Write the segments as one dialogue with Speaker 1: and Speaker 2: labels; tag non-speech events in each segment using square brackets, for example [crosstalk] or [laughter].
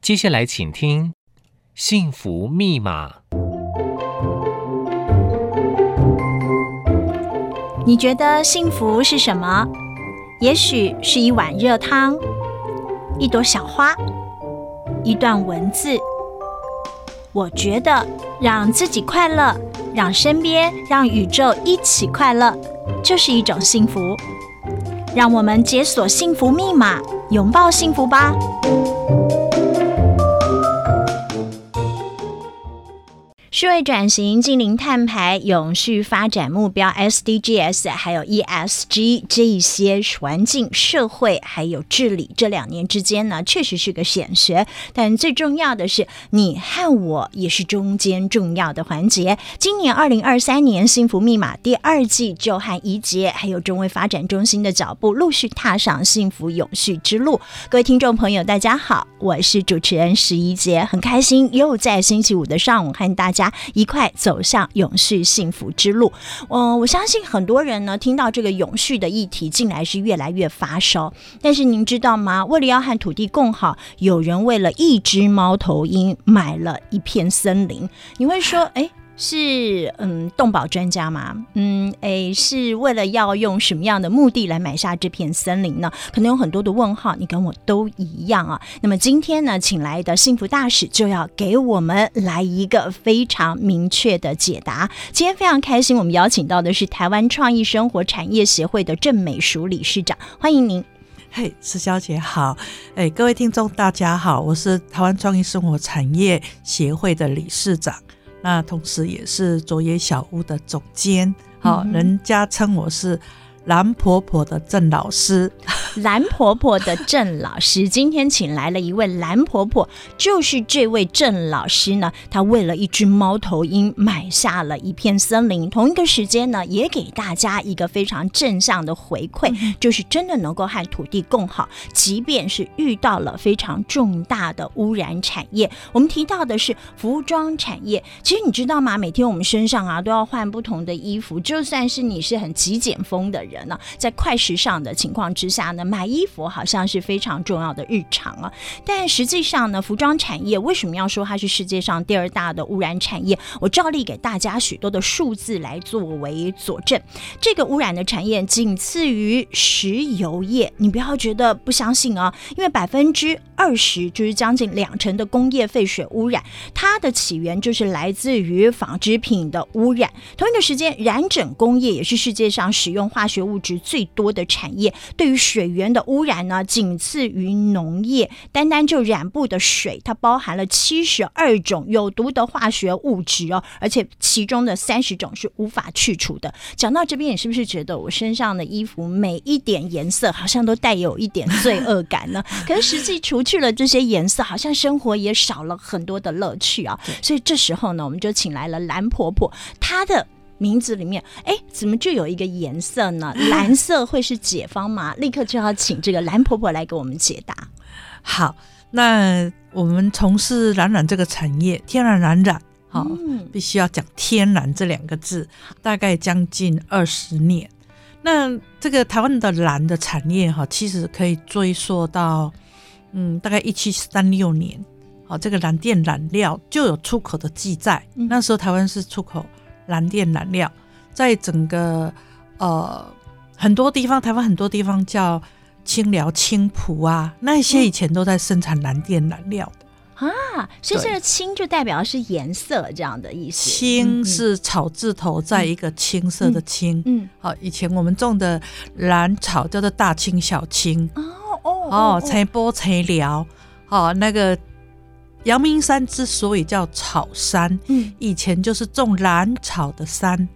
Speaker 1: 接下来请听《幸福密码》。
Speaker 2: 你觉得幸福是什么？也许是一碗热汤，一朵小花，一段文字。我觉得让自己快乐，让身边、让宇宙一起快乐，就是一种幸福。让我们解锁幸福密码，拥抱幸福吧！数位转型、近零碳排、永续发展目标 SDGs，还有 ESG 这些环境、社会还有治理，这两年之间呢，确实是个显学。但最重要的是，你和我也是中间重要的环节。今年二零二三年幸福密码第二季，就和怡杰还有中卫发展中心的脚步，陆续踏上幸福永续之路。各位听众朋友，大家好，我是主持人石怡杰，很开心又在星期五的上午和大家。一块走向永续幸福之路。嗯、我相信很多人呢听到这个永续的议题，近来是越来越发烧。但是您知道吗？为了要和土地共好，有人为了一只猫头鹰买了一片森林。你会说，哎。是嗯，动保专家吗？嗯，哎，是为了要用什么样的目的来买下这片森林呢？可能有很多的问号，你跟我都一样啊。那么今天呢，请来的幸福大使就要给我们来一个非常明确的解答。今天非常开心，我们邀请到的是台湾创意生活产业协会的郑美淑理事长，欢迎您。
Speaker 3: 嘿，石小姐好，哎，各位听众大家好，我是台湾创意生活产业协会的理事长，那同时也是卓野小屋的总监，好、
Speaker 2: 嗯哼
Speaker 3: 人家称我是蓝婆婆的郑老师，
Speaker 2: 蓝婆婆的郑老师，今天请来了一位蓝婆婆，就是这位郑老师呢，她为了一只猫头鹰买下了一片森林。同一个时间呢，也给大家一个非常正向的回馈，就是真的能够和土地共好，即便是遇到了非常重大的污染产业。我们提到的是服装产业，其实你知道吗？每天我们身上啊都要换不同的衣服，就算是你是很极简风的人呢、在快时尚的情况之下呢，买衣服好像是非常重要的日常啊。但实际上呢，服装产业为什么要说它是世界上第二大的污染产业？我照例给大家许多的数字来作为佐证。这个污染的产业仅次于石油业，你不要觉得不相信啊，因为百分之二十就是将近两成的工业废水污染，它的起源就是来自于纺织品的污染。同一个时间，染整工业也是世界上使用化学物质最多的产业，对于水源的污染呢，仅次于农业。单单就染布的水，它包含了七十二种有毒的化学物质哦，而且其中的三十种是无法去除的。讲到这边，你是不是觉得我身上的衣服每一点颜色好像都带有一点罪恶感呢？可是实际除去了这些颜色，好像生活也少了很多的乐趣啊。所以这时候呢，我们就请来了蓝婆婆，她的。名字里面，哎，怎么就有一个颜色呢？
Speaker 3: [laughs]
Speaker 2: 蓝色会是解方吗？立刻就要请这个蓝婆婆来给我们解答。
Speaker 3: [laughs] 好，那我们从事染染这个产业，天然染染，好、
Speaker 2: 嗯
Speaker 3: 必须要讲“天然”这两个字，大概将近二十年。那这个台湾的蓝的产业哈，其实可以追溯到，嗯，大概一七三六年，好，这个蓝靛染料就有出口的记载。
Speaker 2: 嗯
Speaker 3: 那时候台湾是出口蓝靛染料，在整个呃很多地方，台湾很多地方叫清寮、青浦啊，那些以前都在生产蓝靛染料的。
Speaker 2: 啊，所以
Speaker 3: 对
Speaker 2: 这个青就代表是颜色这样的意思。嗯
Speaker 3: 青，是草字头，在一个青色的青。
Speaker 2: 嗯，
Speaker 3: 好、以前我们种的兰草叫做大青、小青，
Speaker 2: 嗯哦哦
Speaker 3: 哦，才波才寮，哦，那个阳明山之所以叫草山，
Speaker 2: 嗯，
Speaker 3: 以前就是种兰草的山。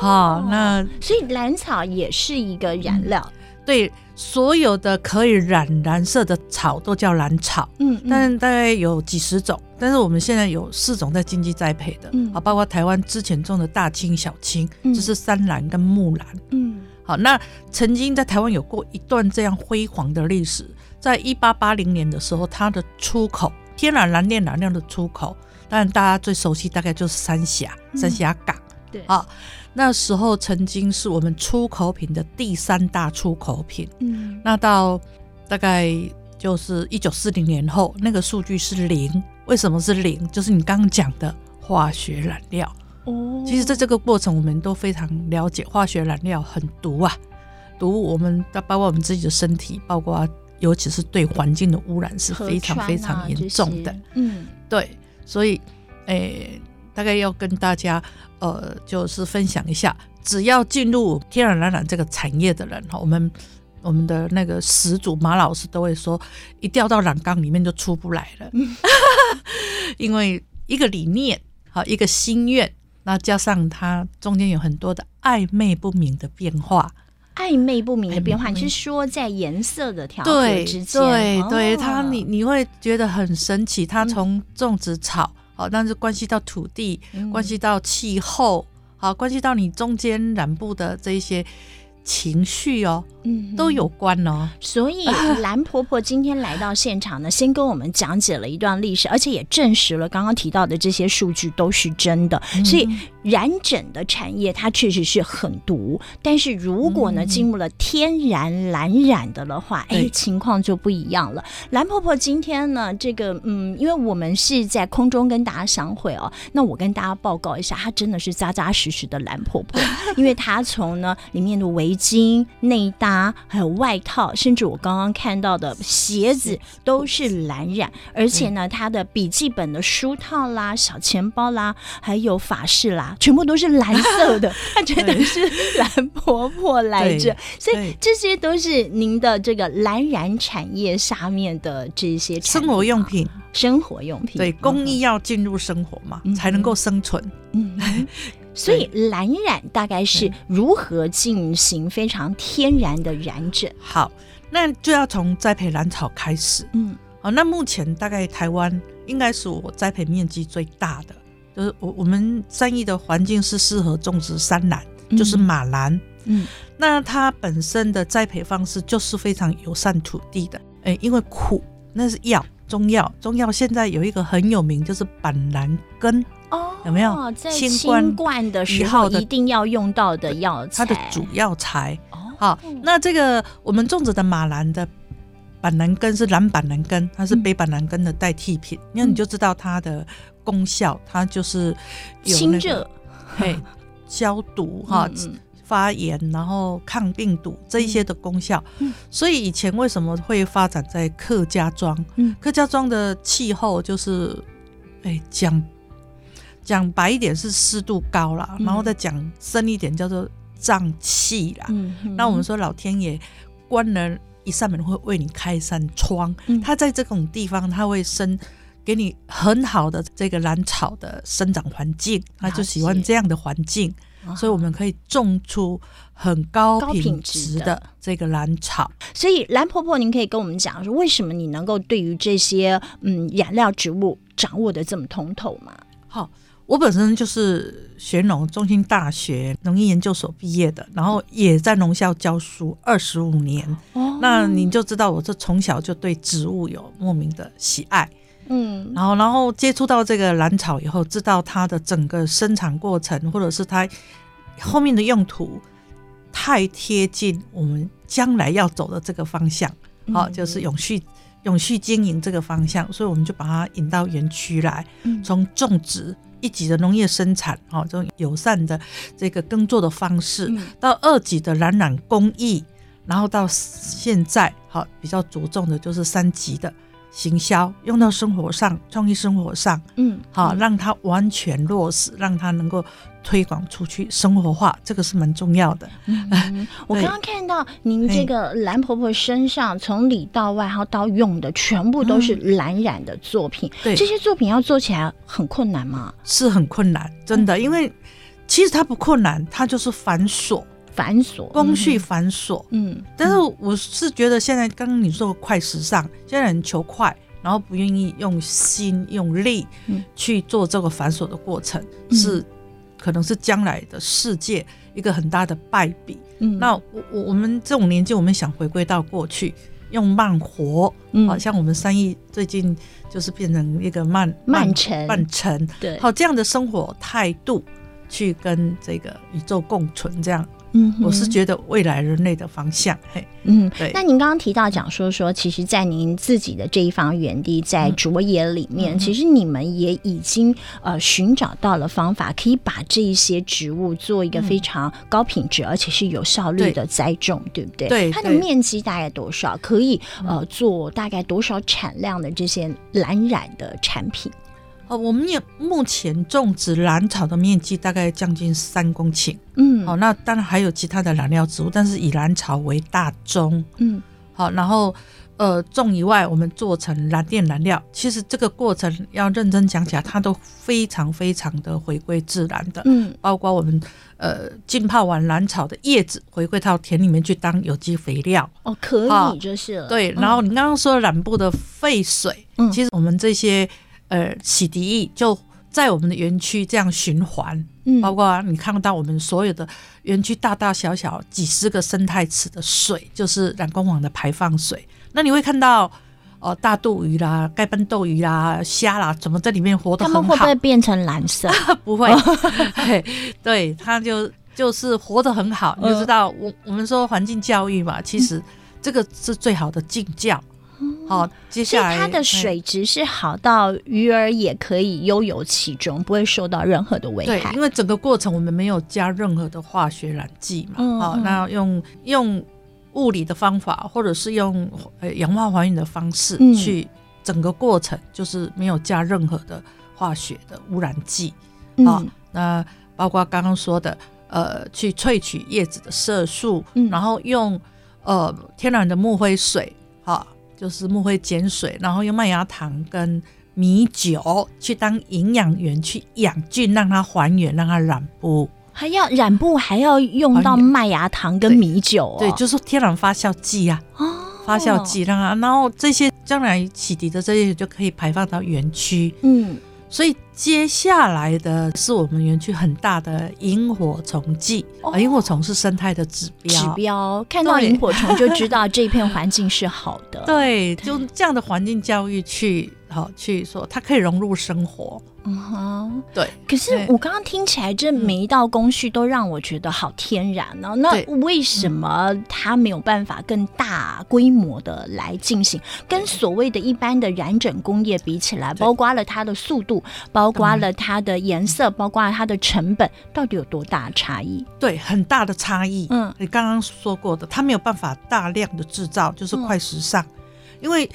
Speaker 3: 哦，那
Speaker 2: 所以蓝草也是一个染料。
Speaker 3: 对所有的可以染蓝色的草都叫兰草。
Speaker 2: 嗯，嗯
Speaker 3: 但大概有几十种，但是我们现在有四种在经济栽培的，
Speaker 2: 嗯
Speaker 3: 啊，包括台湾之前种的大青、小青，
Speaker 2: 嗯
Speaker 3: 就是山兰跟木兰。
Speaker 2: 嗯
Speaker 3: 好，那曾经在台湾有过一段这样辉煌的历史，在一八八零年的时候，它的出口天然蓝靛染料的出口，当然大家最熟悉大概就是三峡、
Speaker 2: 嗯
Speaker 3: 三峡港。
Speaker 2: 对
Speaker 3: 啊，那时候曾经是我们出口品的第三大出口品。
Speaker 2: 嗯
Speaker 3: 那到大概就是一九四零年后那个数据是零。为什么是零？就是你刚刚讲的化学染料。
Speaker 2: 哦
Speaker 3: 其实，在这个过程，我们都非常了解化学燃料很毒啊，毒我们包括我们自己的身体，包括尤其是对环境的污染是非
Speaker 2: 啊
Speaker 3: 常非常严重的。，
Speaker 2: 嗯，
Speaker 3: 对，所以，诶、大概要跟大家呃，就是分享一下，只要进入天然染染这个产业的人哈，我们我们的那个始祖马老师都会说，一掉到染缸里面就出不来了， [laughs] 因为一个理念好，一个心愿，那加上它中间有很多的暧昧不明的变化，
Speaker 2: 暧昧不明的变
Speaker 3: 暧
Speaker 2: 化，
Speaker 3: 昧
Speaker 2: 你
Speaker 3: 不明
Speaker 2: 是说在颜色的调和
Speaker 3: 对
Speaker 2: 之间？
Speaker 3: 对
Speaker 2: 哦
Speaker 3: 对，它你你会觉得很神奇，它从种植草。好，但是关系到土地，
Speaker 2: 嗯
Speaker 3: 关系到气候，好，关系到你中间染布的这一些情绪哦，
Speaker 2: 嗯
Speaker 3: 都有关哦。
Speaker 2: 所以蓝婆婆今天来到现场呢， [laughs] 先跟我们讲解了一段历史，而且也证实了刚刚提到的这些数据都是真的。所以染整的产业它确实是很毒，但是如果呢进入了天然蓝染的的话，哎
Speaker 3: 对，
Speaker 2: 情况就不一样了。蓝婆婆今天呢，这个嗯，因为我们是在空中跟大家相会哦，那我跟大家报告一下，她真的是扎扎实实的蓝婆 [laughs] 婆。因为它从呢里面的围巾、内搭，还有外套，甚至我刚刚看到的鞋子嗯都是蓝染，而且呢，它的笔记本的书套啦、小钱包啦，还有法式啦，全部都是蓝色 [laughs] 的。她觉得是蓝婆婆来着所
Speaker 3: 对，
Speaker 2: 以
Speaker 3: 对
Speaker 2: 这些都是您的这个蓝染产业下面的这些产
Speaker 3: 生
Speaker 2: 业
Speaker 3: 活用品，
Speaker 2: 生活用品，
Speaker 3: 对工艺要进入生活嘛，
Speaker 2: 嗯
Speaker 3: 才能够生存。
Speaker 2: 嗯，
Speaker 3: [laughs]
Speaker 2: 所以蓝染大概是如何进行非常天然的染整？
Speaker 3: 好，那就要从栽培兰草开始。
Speaker 2: 嗯，
Speaker 3: 好，那目前大概台湾应该是我栽培面积最大的，就是我我们山艺的环境是适合种植山兰，就是
Speaker 2: 嗯
Speaker 3: 马兰。
Speaker 2: 嗯
Speaker 3: 那它本身的栽培方式就是非常友善土地的，诶，因为苦那是药，中药，中药现在有一个很有名，就是板蓝根，
Speaker 2: 哦
Speaker 3: 有没有
Speaker 2: 在
Speaker 3: 新
Speaker 2: 新
Speaker 3: 冠
Speaker 2: 冠的时
Speaker 3: 一
Speaker 2: 候
Speaker 3: 号的
Speaker 2: 一定要用到的药材？
Speaker 3: 它的主药材。
Speaker 2: 哦
Speaker 3: 好，那这个我们种植的马兰的板蓝根是蓝板蓝根，它是
Speaker 2: 嗯
Speaker 3: 北板蓝根的代替品，那、你就知道它的功效，它就是有
Speaker 2: 清
Speaker 3: 那个
Speaker 2: 热
Speaker 3: [laughs] 嘿，消毒哈、
Speaker 2: 嗯嗯
Speaker 3: 发炎，然后抗病毒这一些的功效。
Speaker 2: 嗯
Speaker 3: 所以以前为什么会发展在客家庄？
Speaker 2: 嗯
Speaker 3: 客家庄的气候就是，哎，讲讲白一点是湿度高啦，
Speaker 2: 嗯
Speaker 3: 然后再讲深一点叫做瘴气啦。
Speaker 2: 嗯嗯
Speaker 3: 那我们说老天爷关了一扇门，会为你开一扇窗。
Speaker 2: 嗯
Speaker 3: 它在这种地方，它会生给你很好的这个兰草的生长环境，它就喜欢这样的环境，
Speaker 2: 啊
Speaker 3: 所以我们可以种出很高
Speaker 2: 高品
Speaker 3: 品
Speaker 2: 质
Speaker 3: 质
Speaker 2: 的
Speaker 3: 的这个兰草。
Speaker 2: 所以蓝婆婆，您可以跟我们讲说，为什么你能够对于这些嗯染料植物掌握的这么通透嘛？
Speaker 3: 好、我本身就是学农中心大学农业研究所毕业的，然后也在农校教书二十五年。
Speaker 2: 哦
Speaker 3: 那你就知道，我这从小就对植物有莫名的喜爱。
Speaker 2: 嗯
Speaker 3: 然后，然后接触到这个兰草以后，知道它的整个生产过程，或者是它后面的用途，太贴近我们将来要走的这个方向，好、
Speaker 2: 嗯
Speaker 3: 就是永续、永续经营这个方向，所以我们就把它引到园区来，
Speaker 2: 嗯
Speaker 3: 从种植一级的农业生产，好、这种友善的这个耕作的方式，
Speaker 2: 嗯
Speaker 3: 到二级的染染工艺，然后到现在好比较着重的就是三级的行销，用到生活上、创意生活上，
Speaker 2: 嗯
Speaker 3: 好、让它完全落实，让它能够推广出去、生活化，这个是蛮重要的。
Speaker 2: 嗯我刚
Speaker 3: 对哎
Speaker 2: 刚看到您
Speaker 3: 嘿
Speaker 2: 这个蓝婆婆身上从里到外，还有到用的，全部都是蓝染的作品。
Speaker 3: 嗯对
Speaker 2: 这些作品要做起来很困难吗？
Speaker 3: 是很困难，真
Speaker 2: 嗯
Speaker 3: 的，因为其实它不困难，它就是繁琐，
Speaker 2: 繁琐
Speaker 3: 工序，繁琐。
Speaker 2: 嗯
Speaker 3: 但是我是觉得现在刚刚你说的快时尚，现在人求快，然后不愿意用心用力
Speaker 2: 嗯
Speaker 3: 去做这个繁琐的过程，
Speaker 2: 嗯
Speaker 3: 是可能是将来的世界一个很大的败笔。
Speaker 2: 嗯，
Speaker 3: 那我我我们这种年纪，我们想回归到过去，用慢活，
Speaker 2: 嗯
Speaker 3: 好、像我们三艺最近就是变成一个慢
Speaker 2: 慢城
Speaker 3: 慢城，
Speaker 2: 对，
Speaker 3: 好这样的生活态度去跟这个宇宙共存，这样
Speaker 2: 嗯哼，
Speaker 3: 我是觉得未来人类的方向。嘿，
Speaker 2: 嗯
Speaker 3: 对，
Speaker 2: 那您刚刚提到讲说说，其实，在您自己的这一方园地，
Speaker 3: 嗯
Speaker 2: 在卓野里面，其实你们也已经呃寻找到了方法，可以把这一些植物做一个非常高品质、而且是有效率的栽种，对不对？
Speaker 3: 嗯对
Speaker 2: 它的
Speaker 3: 对嗯
Speaker 2: 面积大概多少？可以呃做大概多少产量的这些蓝染的产品？
Speaker 3: 哦，我们也目前种植兰草的面积大概将近三公顷。
Speaker 2: 嗯，
Speaker 3: 好、那当然还有其他的染料植物，但是以兰草为大宗。
Speaker 2: 嗯
Speaker 3: 好，然后呃种以外，我们做成蓝靛蓝料。其实这个过程要认真讲起来，它都非常非常的回归自然的。
Speaker 2: 嗯
Speaker 3: 包括我们呃浸泡完兰草的叶子回归到田里面去当有机肥料，
Speaker 2: 哦，可
Speaker 3: 好
Speaker 2: 以就是了。
Speaker 3: 对。
Speaker 2: 嗯
Speaker 3: 然后你刚刚说的染布的废水，
Speaker 2: 嗯
Speaker 3: 其实我们这些呃洗涤液就在我们的园区这样循环，
Speaker 2: 嗯
Speaker 3: 包括你看到我们所有的园区大大小小几十个生态池的水，就是染工网的排放水。那你会看到哦、呃大肚鱼啦、盖斑斗鱼啦、虾啦，怎么在里面活
Speaker 2: 它
Speaker 3: 得很好？
Speaker 2: 们会不会变成蓝色？
Speaker 3: 不会，
Speaker 2: 哦 [laughs]
Speaker 3: 嘿 [laughs] 对，他就就是活得很好，你
Speaker 2: 嗯
Speaker 3: 就知道我我们说环境教育嘛，其实这个是最好的敬教。好、
Speaker 2: 哦所
Speaker 3: 接
Speaker 2: 以
Speaker 3: 下来
Speaker 2: 它的
Speaker 3: 哎
Speaker 2: 水质是好到鱼儿也可以悠游其中，不会受到任何的危
Speaker 3: 哎对，
Speaker 2: 害
Speaker 3: 因。为整个过程我们没有加任何的化学染剂嘛，
Speaker 2: 嗯
Speaker 3: 好、
Speaker 2: 嗯
Speaker 3: 那用用物理的方法，或者是用呃氧化还原的方式
Speaker 2: 嗯
Speaker 3: 去整个过程，就是没有加任何的化学的污染剂。好
Speaker 2: 嗯，
Speaker 3: 那包括刚刚说的，呃，去萃取叶子的色素，
Speaker 2: 嗯
Speaker 3: 然后用呃天然的木灰水，哈、就是木灰碱水，然后用麦芽糖跟米酒去当营养源去养菌，让它还原，让它染布。
Speaker 2: 还要染布，还要用到麦芽糖跟米酒哦。
Speaker 3: 对，就是天然发酵剂呀、
Speaker 2: 哦，
Speaker 3: 发酵。剂让它，然后这些将来洗涤的这些就可以排放到园区。
Speaker 2: 嗯
Speaker 3: 所以接下来的是我们园区很大的萤火虫季，
Speaker 2: 哦
Speaker 3: 啊，萤火虫是生态的指标。
Speaker 2: 指标看到萤火虫就知道这片环境是好的。，
Speaker 3: 对，就这样的环境教育去，好、去说它可以融入生活。
Speaker 2: 嗯哼。
Speaker 3: 对，
Speaker 2: 可是
Speaker 3: 对嗯
Speaker 2: 我刚刚听起来，这每一道工序都让我觉得好天然哦。那
Speaker 3: 对嗯
Speaker 2: 为什么它没有办法更大规模的来进行？跟所谓的一般的染整工业比起来，包括了它的速度，包括了它的颜
Speaker 3: 嗯
Speaker 2: 色，包括了它的成本，到底有多大差异？
Speaker 3: 对，很大的差异。
Speaker 2: 嗯
Speaker 3: 你刚刚说过的，它没有办法大量的制造，就是
Speaker 2: 嗯
Speaker 3: 快时尚。因为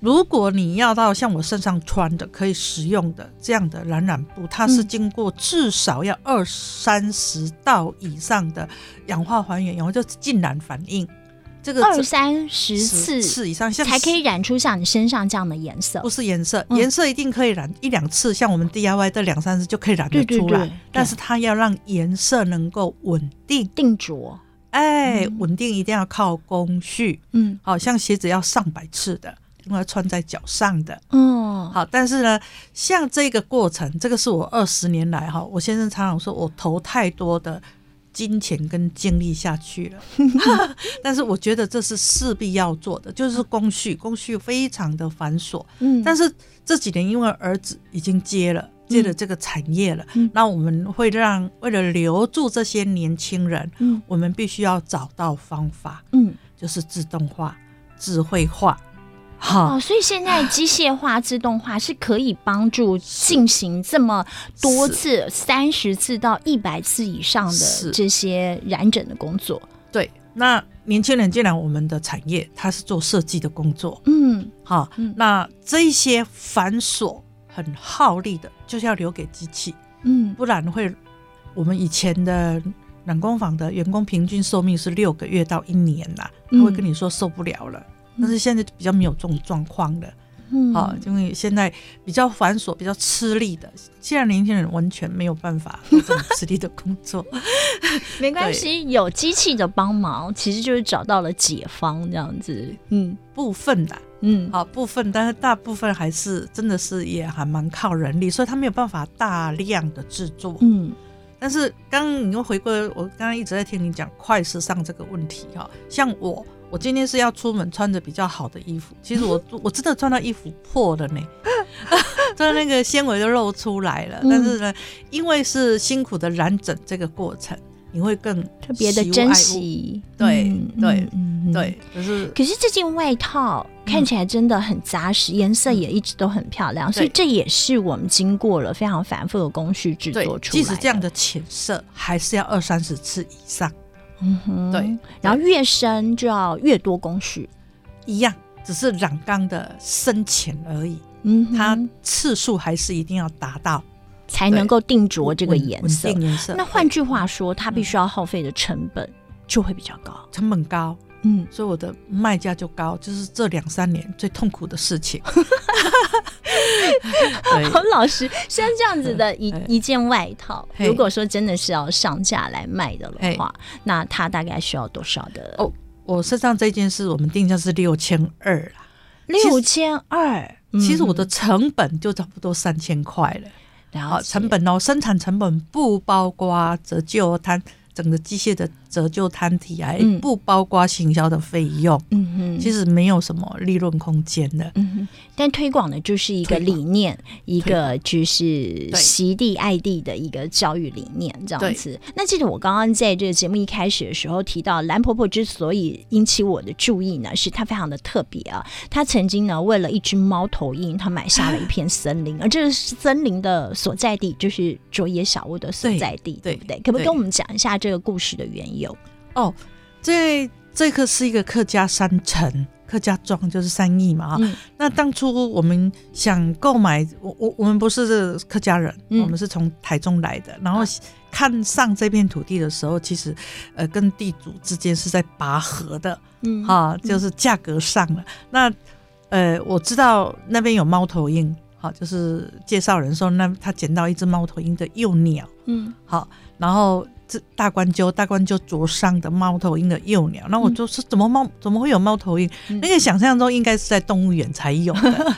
Speaker 3: 如果你要到像我身上穿的可以食用的这样的染染布，它是
Speaker 2: 嗯
Speaker 3: 经过至少要二三十道以上的氧化还原，然后就浸染反应，这个
Speaker 2: 二三十次
Speaker 3: 次以上，像
Speaker 2: 才可以染出像你身上这样的颜色
Speaker 3: 不。是颜色，
Speaker 2: 嗯
Speaker 3: 颜色一定可以染一两次，像我们 DIY 这两三次就可以染得
Speaker 2: 对对
Speaker 3: 出来。
Speaker 2: 对对
Speaker 3: 但是它要让颜色能够稳定，
Speaker 2: 定着，
Speaker 3: 哎，稳定一定要靠工序。
Speaker 2: 嗯
Speaker 3: 好、像鞋子要上百次的，因为要穿在脚上的。
Speaker 2: 嗯，
Speaker 3: 好，但是呢，像这个过程，这个是我二十年来哈，我先生常常说我投太多的金钱跟精力下去了， [laughs] 但是我觉得这是势必要做的，就是工序，工序非常的繁琐，
Speaker 2: 嗯，
Speaker 3: 但
Speaker 2: 是
Speaker 3: 是这几年因为儿子已经接了。接了这个产业了，
Speaker 2: 嗯
Speaker 3: 那我们会让为了留住这些年轻人，
Speaker 2: 嗯
Speaker 3: 我们必须要找到方法，
Speaker 2: 嗯
Speaker 3: 就是自动化、智慧化。好、
Speaker 2: 哦，所以现在机械化、自动化是可以帮助进行这么多次，三十次到一百次以上的
Speaker 3: 是
Speaker 2: 这些染整的工作。
Speaker 3: 对。那年轻人进来我们的产业，他是做设计的工作，
Speaker 2: 嗯
Speaker 3: 哈、
Speaker 2: 嗯
Speaker 3: 那这些繁琐、很耗力的，就是要留给机器，
Speaker 2: 嗯
Speaker 3: 不然会我们以前的染工坊的员工平均寿命是六个月到一年啦，
Speaker 2: 嗯
Speaker 3: 他会跟你说受不了了。但是现在比较没有这种状况了，
Speaker 2: 嗯，
Speaker 3: 啊，因为现在比较繁琐、比较吃力的，现在年轻人完全没有办法做这种吃力的工作。
Speaker 2: 没关系，有机器的帮忙，其实就是找到了解方，这样子。嗯
Speaker 3: 部分的
Speaker 2: 嗯，
Speaker 3: 啊，部分，但是大部分还是真的是也还蛮靠人力，所以他没有办法大量的制作。
Speaker 2: 嗯
Speaker 3: 但是刚刚你又回归，我刚刚一直在听你讲快时尚这个问题哈、像我，我今天是要出门穿着比较好的衣服，其实
Speaker 2: 嗯
Speaker 3: 我我真的穿到衣服
Speaker 2: [laughs]
Speaker 3: 破了呢，穿那个纤维都露出来了。
Speaker 2: 嗯
Speaker 3: 但是呢，因为是辛苦的染整这个过程，你会更
Speaker 2: 特别的
Speaker 3: 喜恶爱
Speaker 2: 珍
Speaker 3: 恶。
Speaker 2: 惜，
Speaker 3: 对对
Speaker 2: 嗯嗯
Speaker 3: 对，就是
Speaker 2: 可是这件外套
Speaker 3: 嗯
Speaker 2: 看起来真的很扎实，颜色也一直都很漂亮，所以这也是我们经过了非常繁复的工序制
Speaker 3: 对
Speaker 2: 作，出来
Speaker 3: 即
Speaker 2: 的。
Speaker 3: 使这样的浅色，还是要二三十次以上，
Speaker 2: 嗯哼
Speaker 3: 对，
Speaker 2: 然后越深就要越多工序，
Speaker 3: 一样，只是染缸的深浅而已，
Speaker 2: 嗯哼，
Speaker 3: 它次数还是一定要达到
Speaker 2: 才能够定着这个
Speaker 3: 稳
Speaker 2: 颜
Speaker 3: 稳
Speaker 2: 色
Speaker 3: 定。颜色。
Speaker 2: 那换句话说，它必须要耗费的成本
Speaker 3: 嗯
Speaker 2: 就会比较高。
Speaker 3: 成本高，
Speaker 2: 嗯，
Speaker 3: 所以我的卖价就高，就是这两三年最痛苦的事情。
Speaker 2: [laughs] 好
Speaker 3: 对，
Speaker 2: 老师，像这样子
Speaker 3: [laughs]
Speaker 2: 的一
Speaker 3: 哎
Speaker 2: 一件外套，
Speaker 3: 嘿
Speaker 2: 如果说真的是要上架来卖的的
Speaker 3: 嘿
Speaker 2: 话，那它大概需要多少的？
Speaker 3: 哦 [laughs] 我身上这件是我们定价是六千二啦，
Speaker 2: 六千二。
Speaker 3: 其实我
Speaker 2: 嗯
Speaker 3: 的成本就差不多三千块了。
Speaker 2: 了
Speaker 3: 好，
Speaker 2: 解
Speaker 3: 成本哦，生产成本不包括折旧摊整个机械的折旧摊体啊，
Speaker 2: 嗯
Speaker 3: 不包括行销的费用，
Speaker 2: 嗯哼，
Speaker 3: 其实没有什么利润空间的。
Speaker 2: 嗯哼，但推广的就是一个
Speaker 3: 推广
Speaker 2: 理念，一个就是
Speaker 3: 对
Speaker 2: 席地爱地的一个教育理念，这样
Speaker 3: 对
Speaker 2: 子。那记得我刚刚在这个节目一开始的时候提到，蓝婆婆之所以引起我的注意呢，是她非常的特别啊。她曾经呢，为了一只猫头鹰，她买下了一片森林，而这个森林的所在地就是卓野小屋的所
Speaker 3: 对
Speaker 2: 在地，对
Speaker 3: 对
Speaker 2: 不对？可不可以
Speaker 3: 对
Speaker 2: 跟我们讲一下这个故事的缘由？
Speaker 3: 哦，这这个是一个客家山城，客家庄就是三义嘛啊。
Speaker 2: 嗯
Speaker 3: 那当初我们想购买，我我我们不是客家人，
Speaker 2: 嗯啊
Speaker 3: 我们是从台中来的。然后看上这片土地的时候，其实呃跟地主之间是在拔河的。
Speaker 2: 嗯，
Speaker 3: 啊，就是价格上了。那呃，我知道那边有猫头鹰，好、就是介绍人说那他捡到一只猫头鹰的幼鸟，
Speaker 2: 嗯
Speaker 3: 好、然后这大冠鸠，大冠鸠灼伤的猫头鹰的幼鸟。那我就说怎么猫怎么会有猫头鹰？
Speaker 2: 嗯
Speaker 3: 那个想象中应该是在动物园才有
Speaker 2: [laughs]
Speaker 3: 的。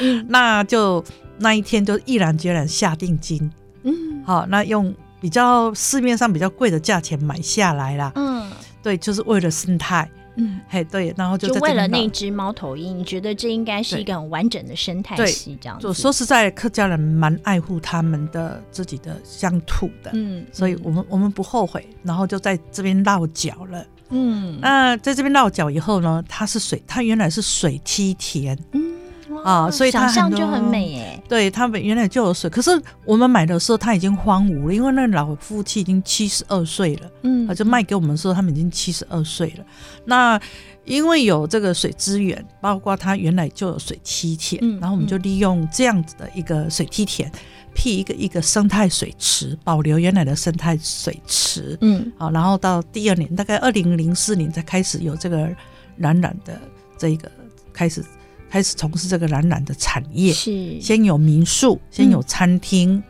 Speaker 2: 嗯
Speaker 3: [laughs] 那就那一天就毅然决然下定金，
Speaker 2: 嗯
Speaker 3: 好、那用。比较市面上比较贵的价钱买下来啦，
Speaker 2: 嗯
Speaker 3: 对，就是为了生态，
Speaker 2: 嗯。
Speaker 3: 嘿，对，然后就
Speaker 2: 就
Speaker 3: 在这
Speaker 2: 为了
Speaker 3: 边
Speaker 2: 那
Speaker 3: 买
Speaker 2: 只猫头鹰，你觉得这应该是一个很完整的生态系这样子？
Speaker 3: 就说实在，客家人蛮爱护他们的自己的乡土的，
Speaker 2: 嗯，
Speaker 3: 所以我们我们不后悔，然后就在这边落脚了。
Speaker 2: 嗯
Speaker 3: 那在这边落脚以后呢，它是水，它原来是水梯田，
Speaker 2: 嗯
Speaker 3: 啊所以它
Speaker 2: 想
Speaker 3: 很
Speaker 2: 象就很
Speaker 3: 多
Speaker 2: 美耶。
Speaker 3: 对，它们原来就有水。可是我们买的时候，它已经荒芜了，因为那老夫妻已经七十二岁了。
Speaker 2: 嗯
Speaker 3: 啊，就卖给我们说他们已经七十二岁了。那因为有这个水资源，包括它原来就有水梯田，
Speaker 2: 嗯
Speaker 3: 然后我们就利用这样子的一个水梯田，辟一个一个生态水池，保留原来的生态水池。
Speaker 2: 嗯
Speaker 3: 好，然后到第二年，大概二零零四年才开始有这个冉冉的这个开始开始从事这个冉冉的产业。
Speaker 2: 是嗯
Speaker 3: 先有民宿，先有餐厅，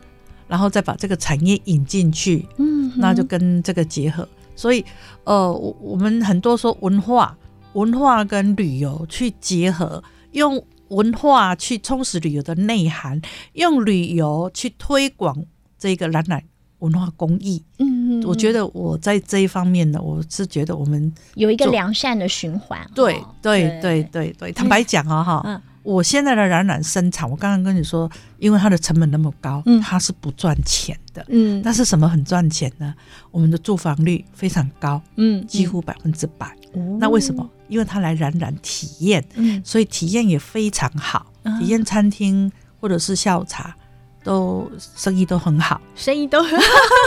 Speaker 3: 然后再把这个产业引进去，
Speaker 2: 嗯哼，
Speaker 3: 那就跟这个结合。所以，呃，我我们很多说文化、文化跟旅游去结合，用文化去充实旅游的内涵，用旅游去推广这个蓝染文化工艺。
Speaker 2: 嗯哼，哦
Speaker 3: 我觉
Speaker 2: 得
Speaker 3: 得我在这一方面呢，我是觉得我们
Speaker 2: 有一个
Speaker 3: 就
Speaker 2: 良善的循环哦。
Speaker 3: 对对对对对，坦白讲啊哈。
Speaker 2: 嗯
Speaker 3: 我现在的染染生产，我刚刚跟你说，因为它的成本那么高，
Speaker 2: 嗯
Speaker 3: 它是不赚钱的。
Speaker 2: 嗯
Speaker 3: 但是什么很赚钱呢？我们的住房率非常高，
Speaker 2: 嗯，
Speaker 3: 几乎百分之百。
Speaker 2: 嗯
Speaker 3: 那为什么？？因为他来冉冉体验，
Speaker 2: 嗯
Speaker 3: 所以体验也非常好，
Speaker 2: 啊
Speaker 3: 体验餐厅或者是下午茶都生意都很好。
Speaker 2: 生意
Speaker 3: [laughs]
Speaker 2: 都很好。 [laughs]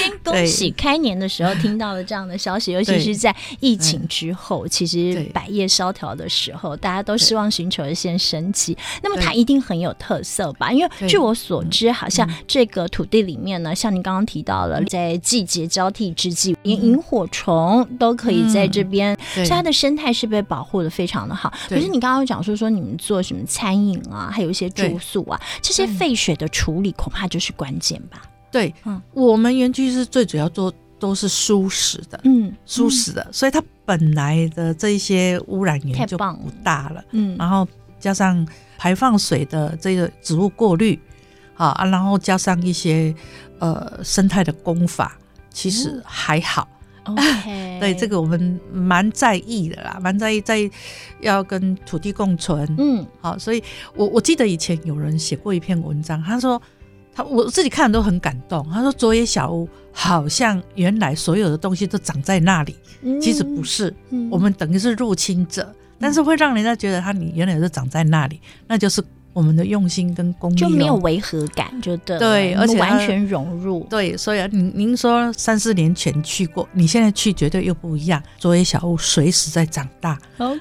Speaker 2: 先恭
Speaker 3: 对
Speaker 2: 喜开年的时候听到了这样的消息，尤其
Speaker 3: 对嗯
Speaker 2: 是在疫情之后，其实
Speaker 3: 对
Speaker 2: 百业萧条的时候，大家都希望寻求一线生机。那么
Speaker 3: 对
Speaker 2: 它一定很有特色吧？因为
Speaker 3: 对
Speaker 2: 据我所知，好像
Speaker 3: 嗯
Speaker 2: 这个土地里面呢，像您刚刚提到了，在季节交替之际，连
Speaker 3: 嗯
Speaker 2: 萤火虫都可以在这边，所
Speaker 3: 对
Speaker 2: 以它的生态是被保护的非常的好。可
Speaker 3: 对
Speaker 2: 是你刚刚讲说说你们做什么餐饮啊，还有一些住
Speaker 3: 对
Speaker 2: 宿啊，这些
Speaker 3: 嗯
Speaker 2: 废水的处理恐怕就是关键吧？
Speaker 3: 对，
Speaker 2: 嗯
Speaker 3: 我们园区是最主要做都是舒适的，
Speaker 2: 嗯，
Speaker 3: 舒适的，所以它本来的这一些污染
Speaker 2: 太
Speaker 3: 源就
Speaker 2: 棒了
Speaker 3: 不大了。
Speaker 2: 嗯，
Speaker 3: 然后加上排放水的这个植物过滤，啊，啊然后加上一些呃生态的功法，其
Speaker 2: 嗯
Speaker 3: 实还好。
Speaker 2: OK，
Speaker 3: [laughs] 对这
Speaker 2: 个，
Speaker 3: 个我们蛮在意的啦，蛮在意在要跟土地共存。啊
Speaker 2: 嗯
Speaker 3: 好，所以我我记得以前有人写过一篇文章，他说他我自己看都很感动。他说佐野小屋好像原来所有的东西都长在那里，其实不是，
Speaker 2: 嗯，
Speaker 3: 我们等于是入侵者，但是会让人家觉得他你原来就长在那里，那就是我们的用心跟功力
Speaker 2: 就没有
Speaker 3: 咯
Speaker 2: 违和感，就对了，
Speaker 3: 对
Speaker 2: 我们
Speaker 3: 而且它
Speaker 2: 完全融入，
Speaker 3: 对，所以啊您您说三四年前去过，你现在去绝对又不一样。佐野小屋随时在长大，
Speaker 2: OK，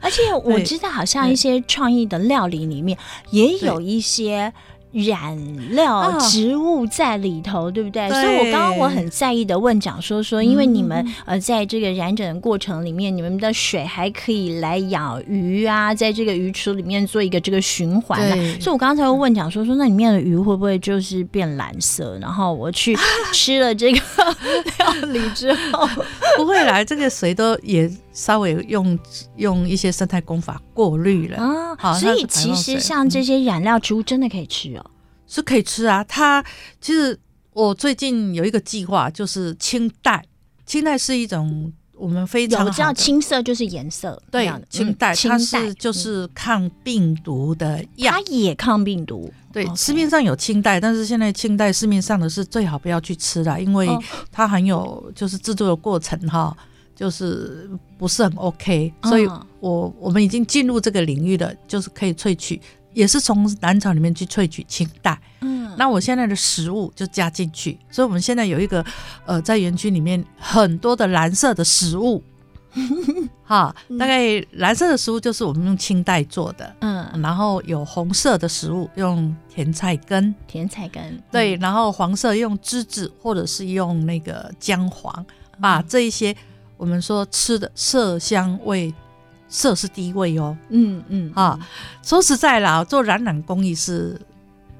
Speaker 2: 而 [laughs] 且我知道，好像一些创意的料理里面也有一些染料
Speaker 3: 啊
Speaker 2: 植物在里头，对不对？
Speaker 3: 对
Speaker 2: 所以我刚刚我很在意的问讲说说，因为你们
Speaker 3: 嗯
Speaker 2: 呃在这个染整的过程里面，你们的水还可以来养鱼啊，在这个鱼池里面做一个这个循环啊。
Speaker 3: 对
Speaker 2: 所以我刚才会问讲说说，那里面的鱼会不会就是变蓝色？然后我去吃了这个 [laughs] 料理之后，
Speaker 3: 不会来这个谁都也稍微用用一些生态工法过滤了，
Speaker 2: 啊，
Speaker 3: 好
Speaker 2: 所
Speaker 3: 它
Speaker 2: 以
Speaker 3: 是白
Speaker 2: 其
Speaker 3: 露
Speaker 2: 实
Speaker 3: 水嗯
Speaker 2: 像这些染料植物真的可以吃哦。
Speaker 3: 是可以吃啊。它其实我最近有一个计划，就是清代，清代是一种我们非常
Speaker 2: 有，我知道
Speaker 3: 好的
Speaker 2: 青色就是颜色那
Speaker 3: 对
Speaker 2: 样的，
Speaker 3: 清
Speaker 2: 嗯
Speaker 3: 代，
Speaker 2: 清
Speaker 3: 它
Speaker 2: 代
Speaker 3: 是就是抗病毒的药
Speaker 2: 它。哦也抗病毒，
Speaker 3: 对，
Speaker 2: OK
Speaker 3: 市面上有清代，但是现在清代市面上的是最好不要去吃啦，因为
Speaker 2: 哦
Speaker 3: 它含有就是制作的过程哈，就是不是很 OK，所以
Speaker 2: 嗯
Speaker 3: 我我们已经进入这个领域了，就是可以萃取，也是从南朝里面去萃取清代。
Speaker 2: 嗯，
Speaker 3: 那我现在的食物就加进去，所以我们现在有一个呃，在园区里面很多的蓝色的食物，哈，大概蓝色的食物就是我们用清代做的，
Speaker 2: 嗯，
Speaker 3: 然后有红色的食物用甜菜根，
Speaker 2: 甜菜根，
Speaker 3: 对，
Speaker 2: 嗯，
Speaker 3: 然后黄色用栀子或者是用那个姜黄，
Speaker 2: 嗯
Speaker 3: 把这一些我们说吃的色香味，色是第一位哦。
Speaker 2: 嗯嗯
Speaker 3: 啊，说实在啦，做染染工艺是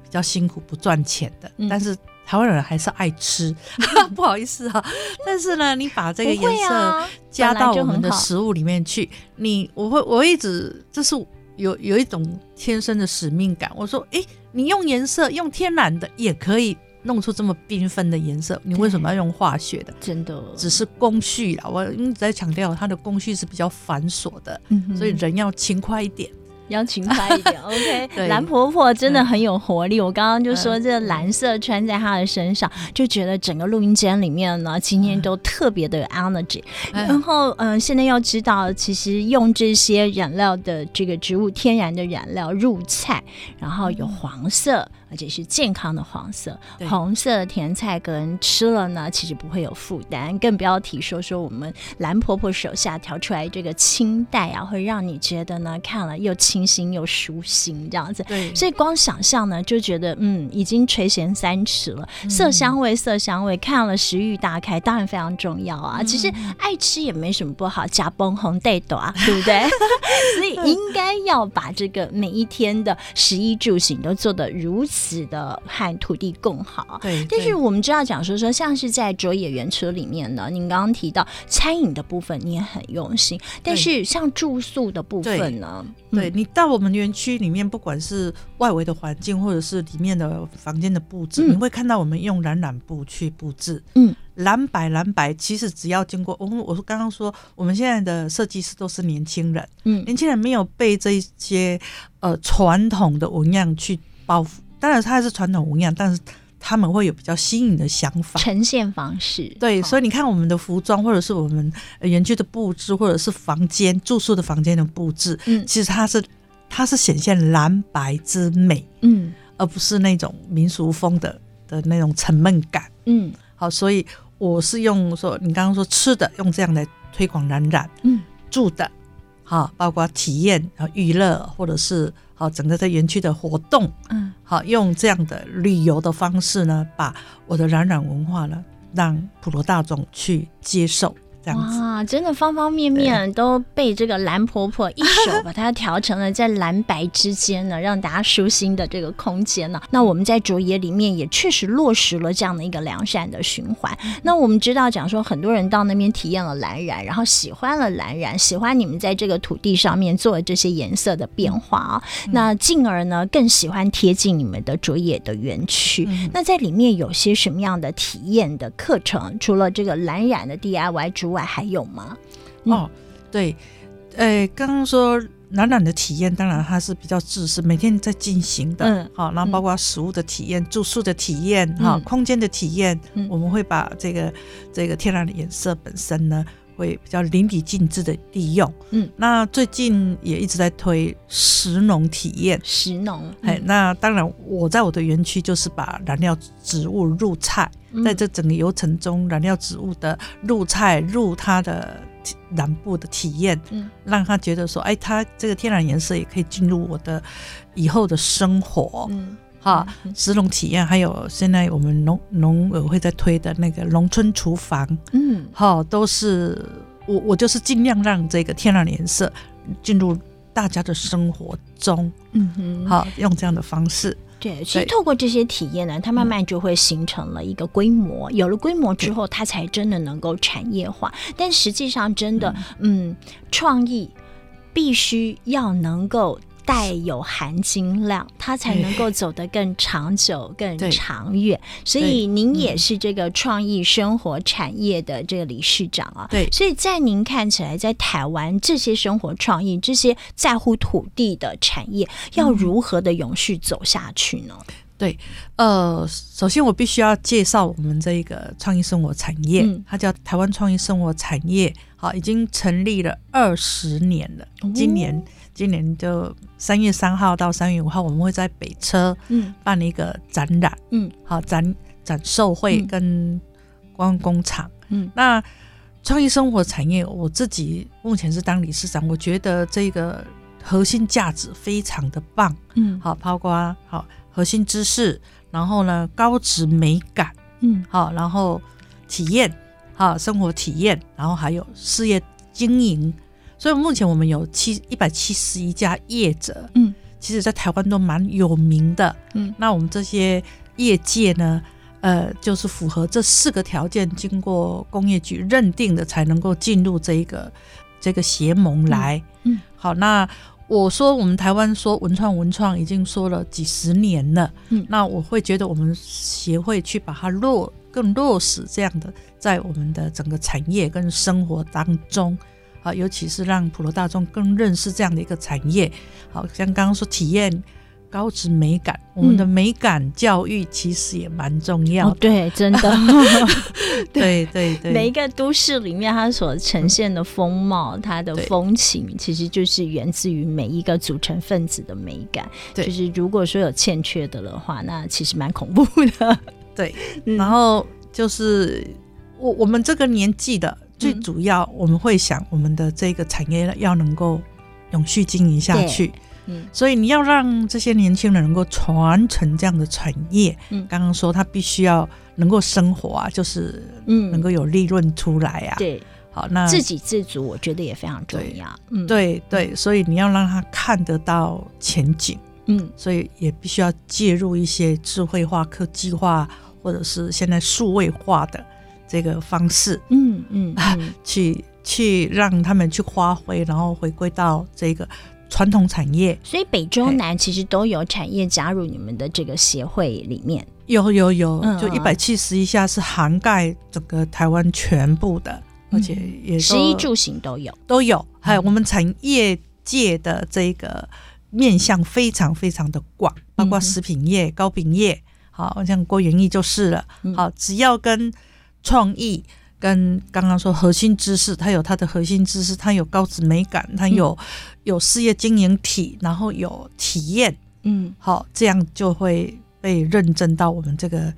Speaker 3: 比较辛苦不赚钱的，
Speaker 2: 嗯
Speaker 3: 但是台湾人还是爱吃， [laughs] 不好意思啊。但是呢，你把这个
Speaker 2: 不会
Speaker 3: 颜色、
Speaker 2: 啊，
Speaker 3: 加
Speaker 2: 本来
Speaker 3: 到
Speaker 2: 就
Speaker 3: 我们
Speaker 2: 很
Speaker 3: 的
Speaker 2: 好
Speaker 3: 食物里面去。你，我会，我一直，这是有有一种天生的使命感。我说，诶，你用颜色，用天然的也可以弄出这么缤纷的颜色，你为什么要用化学的？
Speaker 2: 真的，
Speaker 3: 只是工序啦，我一直在强调它的工序是比较繁琐的，
Speaker 2: 嗯
Speaker 3: 所以
Speaker 2: 哼
Speaker 3: 人要勤快一点。
Speaker 2: 要勤快一
Speaker 3: [laughs]
Speaker 2: 点，OK。
Speaker 3: 对嗯
Speaker 2: 蓝婆婆真的很有活力，我刚刚就说这蓝色穿在她的身上，就觉得整个录音间里面呢，今
Speaker 3: 嗯
Speaker 2: 天都特别的有 energy。
Speaker 3: 哎
Speaker 2: 然后，嗯、现在要知道，其实用这些染料的这个植物天然的染料入菜，然后有黄色，而且是健康的黄色，
Speaker 3: 对
Speaker 2: 红色的甜菜根吃了呢，其实不会有负担，更不要提说说我们蓝婆婆手下调出来这个清代啊，会让你觉得呢，看了又清新又舒心这样子。
Speaker 3: 对，
Speaker 2: 所以光想象呢，就觉得嗯，已经垂涎三尺了。
Speaker 3: 嗯
Speaker 2: 色香味，色香味，看了食欲大开，当然非常重要
Speaker 3: 嗯
Speaker 2: 啊。其实爱吃也没什么不好，加崩红带朵
Speaker 3: [laughs]
Speaker 2: 啊，对不对？ [laughs] 所以应该要把这个每一天的食衣住行都做得如此的和土地共好。
Speaker 3: 对，
Speaker 2: 但是
Speaker 3: 对
Speaker 2: 我们知道讲说说，像是在卓野园车里面呢，您刚刚提到餐饮的部分你也很用心，但
Speaker 3: 对
Speaker 2: 是像住宿的部分呢，
Speaker 3: 对你到我们园区里面，不管是外围的环境，或者是里面的房间的布置，
Speaker 2: 嗯
Speaker 3: 你会看到我们用染染布去布置。
Speaker 2: 嗯，
Speaker 3: 蓝白蓝白，其实只要经过我们，我刚刚说我们现在的设计师都是年轻人，
Speaker 2: 嗯
Speaker 3: 年轻人没有被这一些呃传统的纹样去包袱。当然，它还是传统纹样，但是他们会有比较新颖的想法。
Speaker 2: 呈现方式，哦
Speaker 3: 对，所
Speaker 2: 以
Speaker 3: 以你看我们的服装，或者是我们呃园区的布置，或者是房间住宿的房间的布置，
Speaker 2: 嗯
Speaker 3: 其实它是它是显现蓝白之美，
Speaker 2: 嗯
Speaker 3: 而不是那种民俗风的的那种沉闷感。
Speaker 2: 嗯
Speaker 3: 好，所以我是用说你刚刚说吃的，用这样来推广冉冉
Speaker 2: 嗯
Speaker 3: 住的，好，包括体验啊娱乐，或者是好整个在园区的活动，
Speaker 2: 嗯
Speaker 3: 好用这样的旅游的方式呢，把我的冉冉文化呢，让普罗大众去接受，这样子。
Speaker 2: 哇，真的方方面面都被这个蓝婆婆一手把它调成了在蓝白之间呢，让大家舒心的这个空间呢。那我们在卓野里面也确实落实了这样的一个良善的循环。
Speaker 3: 嗯
Speaker 2: 那我们知道讲说，很多人到那边体验了蓝染，然后喜欢了蓝染，喜欢你们在这个土地上面做的这些颜色的变化啊、
Speaker 3: 嗯
Speaker 2: 那进而呢更喜欢贴近你们的卓野的园区。
Speaker 3: 嗯
Speaker 2: 那在里面有些什么样的体验的课程？除了这个蓝染的 DIY 之外，还有吗？嗯
Speaker 3: 哦，对，呃，刚刚说懒懒的体验，当然它是比较自私，每天在进行的。
Speaker 2: 嗯
Speaker 3: 好，然后包括食物的体验、住宿的体验、哈、
Speaker 2: 嗯
Speaker 3: 空间的体验，
Speaker 2: 嗯
Speaker 3: 我们会把这个这个天然的颜色本身呢，会比较淋漓尽致的利用。
Speaker 2: 嗯，
Speaker 3: 那最近也一直在推食农体验。
Speaker 2: 食农，
Speaker 3: 哎，
Speaker 2: 嗯
Speaker 3: 那当然，我在我的园区就是把燃料植物入菜，
Speaker 2: 嗯
Speaker 3: 在这哦整个流程中，燃料植物的入菜入它的体染布的体验，
Speaker 2: 嗯
Speaker 3: 让他觉得说，哎，它这个天然颜色也可以进入我的以后的生活，
Speaker 2: 嗯
Speaker 3: 哈，食农体验，还有现在我们农农委会在推的那个农村厨房，
Speaker 2: 嗯
Speaker 3: 哈，都是我我就是尽量让这个天然颜色进入大家的生活中，
Speaker 2: 嗯哼，
Speaker 3: 哈，用这样的方式，
Speaker 2: 对，其实
Speaker 3: 对
Speaker 2: 透过这些体验呢，它慢慢就会形成了一个规模。有了规模之后，它才真的能够产业化。但实际上，真的，嗯，创意必须要能够。带有含金量，它才
Speaker 3: 对
Speaker 2: 能够走得更长久、更
Speaker 3: 对嗯
Speaker 2: 长远。所以，您也是这个创意生活产业的这个理事长啊。
Speaker 3: 对
Speaker 2: 所以在您看起来，在台湾这些生活创意、这些在乎土地的产业，要如何的永续走下去呢？
Speaker 3: 对，呃，首先我必须要介绍我们这一个创意生活产业，
Speaker 2: 嗯
Speaker 3: 它叫台湾创意生活产业，好，已经成立了二十年了。今年，今年就三月三号到三月五号，我们会在北车
Speaker 2: 嗯
Speaker 3: 办一个展览，
Speaker 2: 嗯，
Speaker 3: 好展展售会
Speaker 2: 嗯
Speaker 3: 跟观光工厂，
Speaker 2: 嗯
Speaker 3: 那。创意生活产业，我自己目前是当理事长，我觉得这个核心价值非常的棒，
Speaker 2: 嗯
Speaker 3: 好，包括好核心知识，然后呢高值美感，
Speaker 2: 嗯
Speaker 3: 好，然后体验，好生活体验，然后还有事业经营。所以目前我们有七一百七十一家业者，
Speaker 2: 嗯，
Speaker 3: 其实在台湾都蛮有名的，
Speaker 2: 嗯
Speaker 3: 那我们这些业界呢，呃，就是符合这四个条件，经过工业局认定的，才能够进入这一个这个协盟来。
Speaker 2: 嗯嗯
Speaker 3: 好，那我说我们台湾说文创文创已经说了几十年了，
Speaker 2: 嗯
Speaker 3: 那我会觉得我们协会去把它落更落实这样的，在我们的整个产业跟生活当中。啊，尤其是让普罗大众更认识这样的一个产业，好像刚刚说体验高值美感，我们的美感教育其实也蛮重要
Speaker 2: 嗯哦
Speaker 3: 的。
Speaker 2: 对，真 [laughs] 的，
Speaker 3: 对对对，
Speaker 2: 每一个都市里面它所呈现的风貌、它的
Speaker 3: 对
Speaker 2: 风情，其实就是源自于每一个组成分子的美感。
Speaker 3: 对
Speaker 2: 就是如果说有欠缺的的话，那其实蛮恐怖的。
Speaker 3: 对
Speaker 2: 嗯
Speaker 3: 然后就是我我们这个年纪的，
Speaker 2: 嗯
Speaker 3: 最主要我们会想我们的这个产业要能够永续经营下去。
Speaker 2: 嗯
Speaker 3: 所以你要让这些年轻人能够传承这样的产业，
Speaker 2: 嗯
Speaker 3: 刚刚说他必须要能够生活啊，就是
Speaker 2: 嗯
Speaker 3: 能够有利润出来啊。
Speaker 2: 对
Speaker 3: 好，那
Speaker 2: 自给自足，我觉得也非常重要。嗯，，
Speaker 3: 对对，所以你要让他看得到前景。
Speaker 2: 嗯
Speaker 3: 所以也必须要介入一些智慧化、科技化，或者是现在数位化的这个方式，
Speaker 2: 嗯嗯嗯，
Speaker 3: 去去让他们去发挥，然后回归到这个传统产业。
Speaker 2: 所以北中
Speaker 3: 哎
Speaker 2: 南其实都有产业加入你们的这个协会里面。
Speaker 3: 有有有，
Speaker 2: 嗯
Speaker 3: 就
Speaker 2: 嗯
Speaker 3: 一百七十一下是涵盖整个台湾全部的，而且也
Speaker 2: 食
Speaker 3: 都
Speaker 2: 衣住行都有，
Speaker 3: 都有，
Speaker 2: 嗯
Speaker 3: 还有我们产业界的这个面向非常非常的广，包括
Speaker 2: 嗯哼
Speaker 3: 食品业、糕饼业，好像郭元义就是了
Speaker 2: 嗯。
Speaker 3: 好，只要跟创意、跟刚刚说核心知识，它有它的核心知识，它有高值美感，它有、
Speaker 2: 嗯
Speaker 3: 有事业经营体，然后有体验，
Speaker 2: 嗯，
Speaker 3: 好，这样就会被认证到我们这个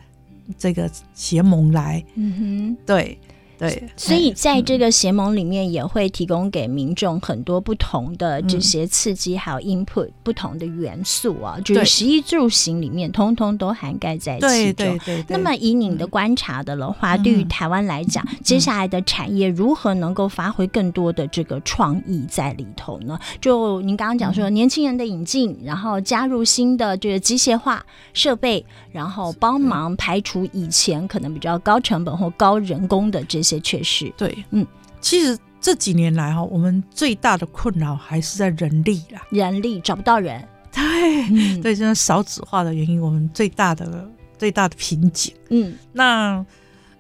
Speaker 3: 这个协盟来。
Speaker 2: 嗯哼，
Speaker 3: 对对，
Speaker 2: 所以在这个协盟里面，也会提供给民众很多不同的这些刺激，还有 input 不同的元素啊，就是
Speaker 3: 嗯对
Speaker 2: 食衣住行里面，通通都涵盖在
Speaker 3: 对
Speaker 2: 其
Speaker 3: 对
Speaker 2: 中。
Speaker 3: 对对。
Speaker 2: 那么，以你的观察的的话，对于
Speaker 3: 嗯
Speaker 2: 台湾来讲，接下来的产业如何能够发挥更多的这个创意在里头呢？就您刚刚讲说，
Speaker 3: 嗯
Speaker 2: 年轻人的引进，然后加入新的这个机械化设备，然后帮忙排除以前可能比较高成本或高人工的这些缺失。
Speaker 3: 对，
Speaker 2: 嗯
Speaker 3: 嗯，其实这几年来哈，我们最大的困扰还是在人力啦。
Speaker 2: 人力找不到人，
Speaker 3: 对，
Speaker 2: 嗯
Speaker 3: 对，就是少子化的原因，我们最大的最大的瓶颈。
Speaker 2: 嗯
Speaker 3: 那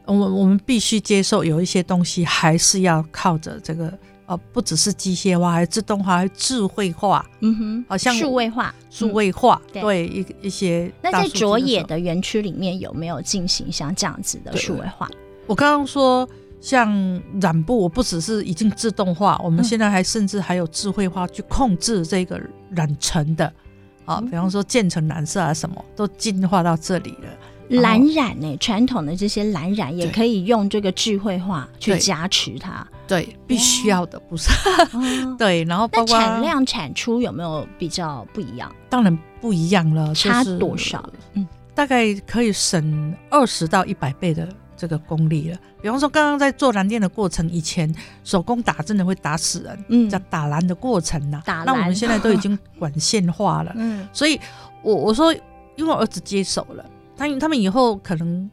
Speaker 3: 我们我们必须接受，有一些东西还是要靠着这个呃，不只是机械化，还自动化，还智慧化，
Speaker 2: 嗯哼，
Speaker 3: 好像
Speaker 2: 数位化，
Speaker 3: 数位化，
Speaker 2: 嗯对
Speaker 3: 对一一些
Speaker 2: 那
Speaker 3: 大
Speaker 2: 在
Speaker 3: 数据
Speaker 2: 卓
Speaker 3: 时
Speaker 2: 野
Speaker 3: 候，
Speaker 2: 的园区里面有没有进行像这样子的
Speaker 3: 对
Speaker 2: 数位化？
Speaker 3: 我刚刚说像染布，我不只是已经自动化，我们
Speaker 2: 嗯
Speaker 3: 现在还甚至还有智慧化去控制这个染成的。
Speaker 2: 嗯
Speaker 3: 啊，比方说渐层染色啊，什么都进化到这里了。然后
Speaker 2: 蓝染呢、传统的这些蓝染也
Speaker 3: 对
Speaker 2: 可以用这个智慧化去
Speaker 3: 对
Speaker 2: 加持它。
Speaker 3: 对，必须要的，不是 [laughs]
Speaker 2: 哦
Speaker 3: 对。然后包
Speaker 2: [laughs] 那
Speaker 3: 括
Speaker 2: 产量、产出有没有比较不一样？
Speaker 3: 当然不一样了，就
Speaker 2: 差
Speaker 3: 是
Speaker 2: 多少？嗯，
Speaker 3: 大概可以省二十到一百倍的这个功力了。比方说，刚刚在做蓝电的过程，以前手工打真的会打死人，
Speaker 2: 嗯
Speaker 3: 叫打蓝的过程呐、
Speaker 2: 打蓝
Speaker 3: 那我们现在都已经管线化了，
Speaker 2: 嗯
Speaker 3: 所以我我说，因为我儿子接手了，他他们以后可能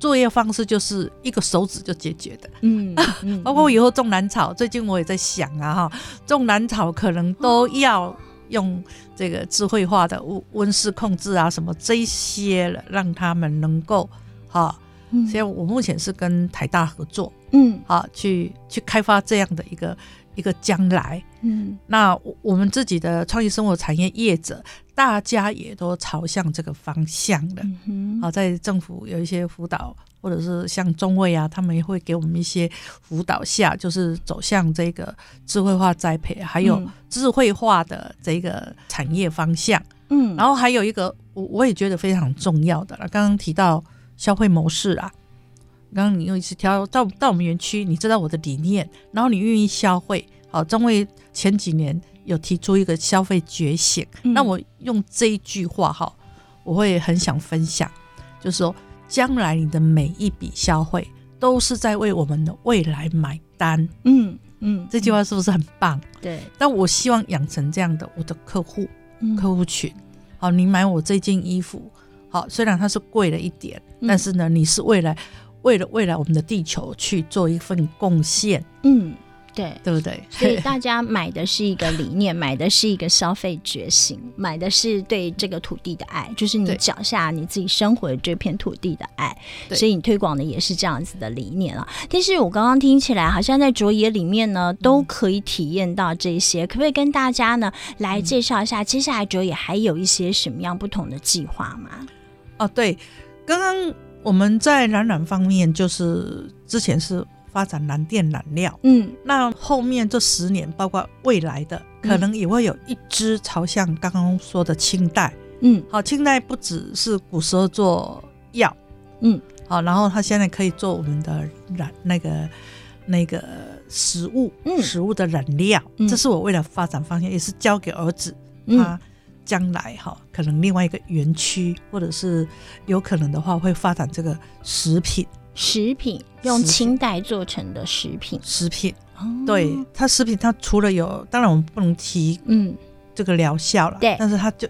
Speaker 3: 作业方式就是一个手指就解决的。
Speaker 2: 嗯嗯， [laughs]
Speaker 3: 包括我以后种兰草，最近我也在想啊哈，种兰草可能都要用这个智慧化的温温室控制啊，什么这些了，让他们能够哈。
Speaker 2: 嗯
Speaker 3: 所以我目前是跟台大合作
Speaker 2: 嗯
Speaker 3: 啊，去去开发这样的一个一个将来。
Speaker 2: 嗯
Speaker 3: 那我我们自己的创意生活产业业者，大家也都朝向这个方向的。
Speaker 2: 嗯哼
Speaker 3: 啊，在政府有一些辅导，或者是像中卫啊，他们也会给我们一些辅导下，就是走向这个智慧化栽培，还有
Speaker 2: 嗯
Speaker 3: 智慧化的这个产业方向。
Speaker 2: 嗯，
Speaker 3: 然后还有一个，我我也觉得非常重要的了，刚刚提到消费模式啊。刚刚你又一次挑到到我们园区，你知道我的理念，然后你愿意消费。好、中卫前几年有提出一个消费觉醒，
Speaker 2: 嗯
Speaker 3: 那我用这一句话哈，我会很想分享，就是说，将来你的每一笔消费都是在为我们的未来买单。
Speaker 2: 嗯嗯，
Speaker 3: 这句话是不是很棒？
Speaker 2: 对，
Speaker 3: 但我希望养成这样的我的客户，
Speaker 2: 嗯
Speaker 3: 客户群。好，你买我这件衣服，好，虽然它是贵了一点，
Speaker 2: 嗯
Speaker 3: 但是呢，你是为了为了未来我们的地球去做一份贡献，
Speaker 2: 嗯对。
Speaker 3: 对不对？
Speaker 2: 所以大家买的是一个理念，买的是一个消费觉醒，买的是对这个土地的爱，就是你
Speaker 3: 对
Speaker 2: 脚下你自己生活的这片土地的爱。
Speaker 3: 对
Speaker 2: 所以你推广的也是这样子的理念啊。但是我刚刚听起来，好像在卓野里面呢，都可以体验到这些。可不可以跟大家呢来介绍一下，
Speaker 3: 嗯
Speaker 2: 接下来卓野还有一些什么样不同的计划吗？
Speaker 3: 哦，对，刚刚我们在染染方面，就是之前是发展蓝电染料，
Speaker 2: 嗯
Speaker 3: 那后面这十年，包括未来的，可能也会有一支朝向刚刚说的清代。
Speaker 2: 嗯
Speaker 3: 好，清代不只是古时候做药，
Speaker 2: 嗯，
Speaker 3: 好，然后它现在可以做我们的染那个那个食物，
Speaker 2: 嗯
Speaker 3: 食物的染料，
Speaker 2: 嗯
Speaker 3: 这是我未来发展方向，也是交给儿子，
Speaker 2: 嗯
Speaker 3: 他将来哈、可能另外一个园区，或者是有可能的话会发展这个食品，
Speaker 2: 食品用
Speaker 3: 食品
Speaker 2: 清代做成的食品，
Speaker 3: 食品，
Speaker 2: 哦
Speaker 3: 对、它食品它除了有，当然我们不能提
Speaker 2: 嗯
Speaker 3: 这个疗效了，
Speaker 2: 对
Speaker 3: 但是它就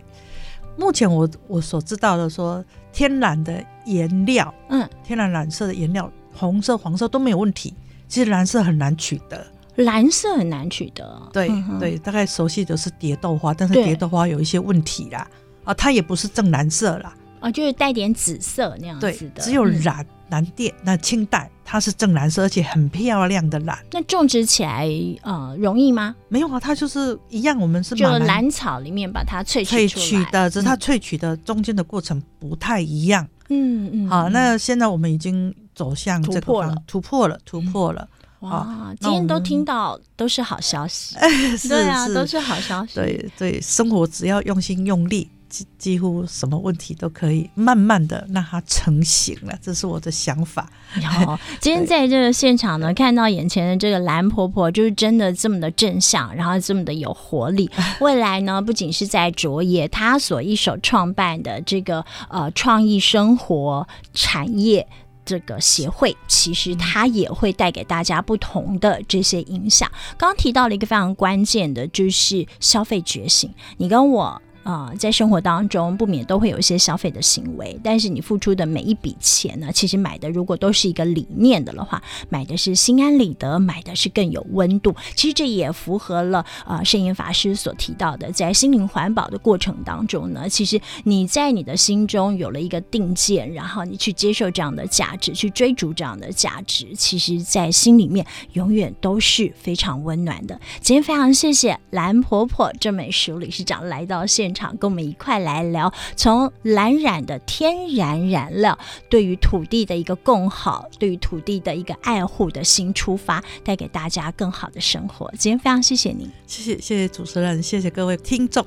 Speaker 3: 目前我我所知道的说，天然的颜料。
Speaker 2: 嗯，
Speaker 3: 天然染色的颜料，红色、黄色都没有问题。其实蓝色很难取得，
Speaker 2: 蓝色很难取得，
Speaker 3: 对、
Speaker 2: 嗯哼，
Speaker 3: 对，大概熟悉的是蝶豆花，但是
Speaker 2: 对
Speaker 3: 蝶豆花有一些问题啦，啊，它也不是正蓝色啦，
Speaker 2: 哦，就是带点紫色那样
Speaker 3: 对
Speaker 2: 子，的，
Speaker 3: 只有
Speaker 2: 嗯
Speaker 3: 蓝、蓝靛那清代它是正蓝色，而且很漂亮的蓝，
Speaker 2: 嗯那种植起来呃容易吗？
Speaker 3: 没有啊，它就是一样，我们是
Speaker 2: 就
Speaker 3: 马兰
Speaker 2: 兰草里面把它萃
Speaker 3: 萃
Speaker 2: 出
Speaker 3: 取
Speaker 2: 来
Speaker 3: 的，只是它萃取的中间的过程不太一样。
Speaker 2: 嗯嗯，
Speaker 3: 好、
Speaker 2: 嗯
Speaker 3: 那现在我们已经走向
Speaker 2: 突
Speaker 3: 这个
Speaker 2: 破
Speaker 3: 方
Speaker 2: 了嗯
Speaker 3: 突破了，突破了，
Speaker 2: 哇
Speaker 3: 啊，
Speaker 2: 今天
Speaker 3: 那
Speaker 2: 都
Speaker 3: 我们
Speaker 2: 听到都是好消息，
Speaker 3: [laughs] 是
Speaker 2: 对啊，
Speaker 3: 是
Speaker 2: 都是好消息，
Speaker 3: 对对，生活只要用心用力，几几乎什么问题都可以慢慢的让它成型了。这是我的想法。
Speaker 2: [laughs] 好，今天在这个现场呢，看到眼前的这个蓝婆婆，就是真的这么的正向，然后这么的有活力。未来呢，不仅是在卓野她所一手创办的这个呃创意生活产业。这个协会其实它也会带给大家不同的这些影响。刚刚提到了一个非常关键的，就是消费觉醒。你跟我呃，在生活当中不免都会有一些消费的行为，但是你付出的每一笔钱呢，其实买的如果都是一个理念的的话，买的是心安理得，买的是更有温度。其实这也符合了呃圣严法师所提到的，在心灵环保的过程当中呢，其实你在你的心中有了一个定见，然后你去接受这样的价值，去追逐这样的价值，其实，在心里面永远都是非常温暖的。今天非常谢谢蓝婆婆郑美淑理事长来到现场，跟我们一块来聊从蓝染的天然染料对于土地的一个共好，对于土地的一个爱护的新出发，带给大家更好的生活。今天非常谢谢您，
Speaker 3: 谢谢谢谢主持人，谢谢各位听众。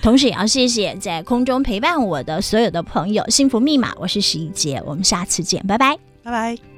Speaker 2: 同时也要谢谢在空中陪伴我的所有的朋友。幸福密码，我是十一杰，我们下次见，拜拜。
Speaker 3: 拜拜。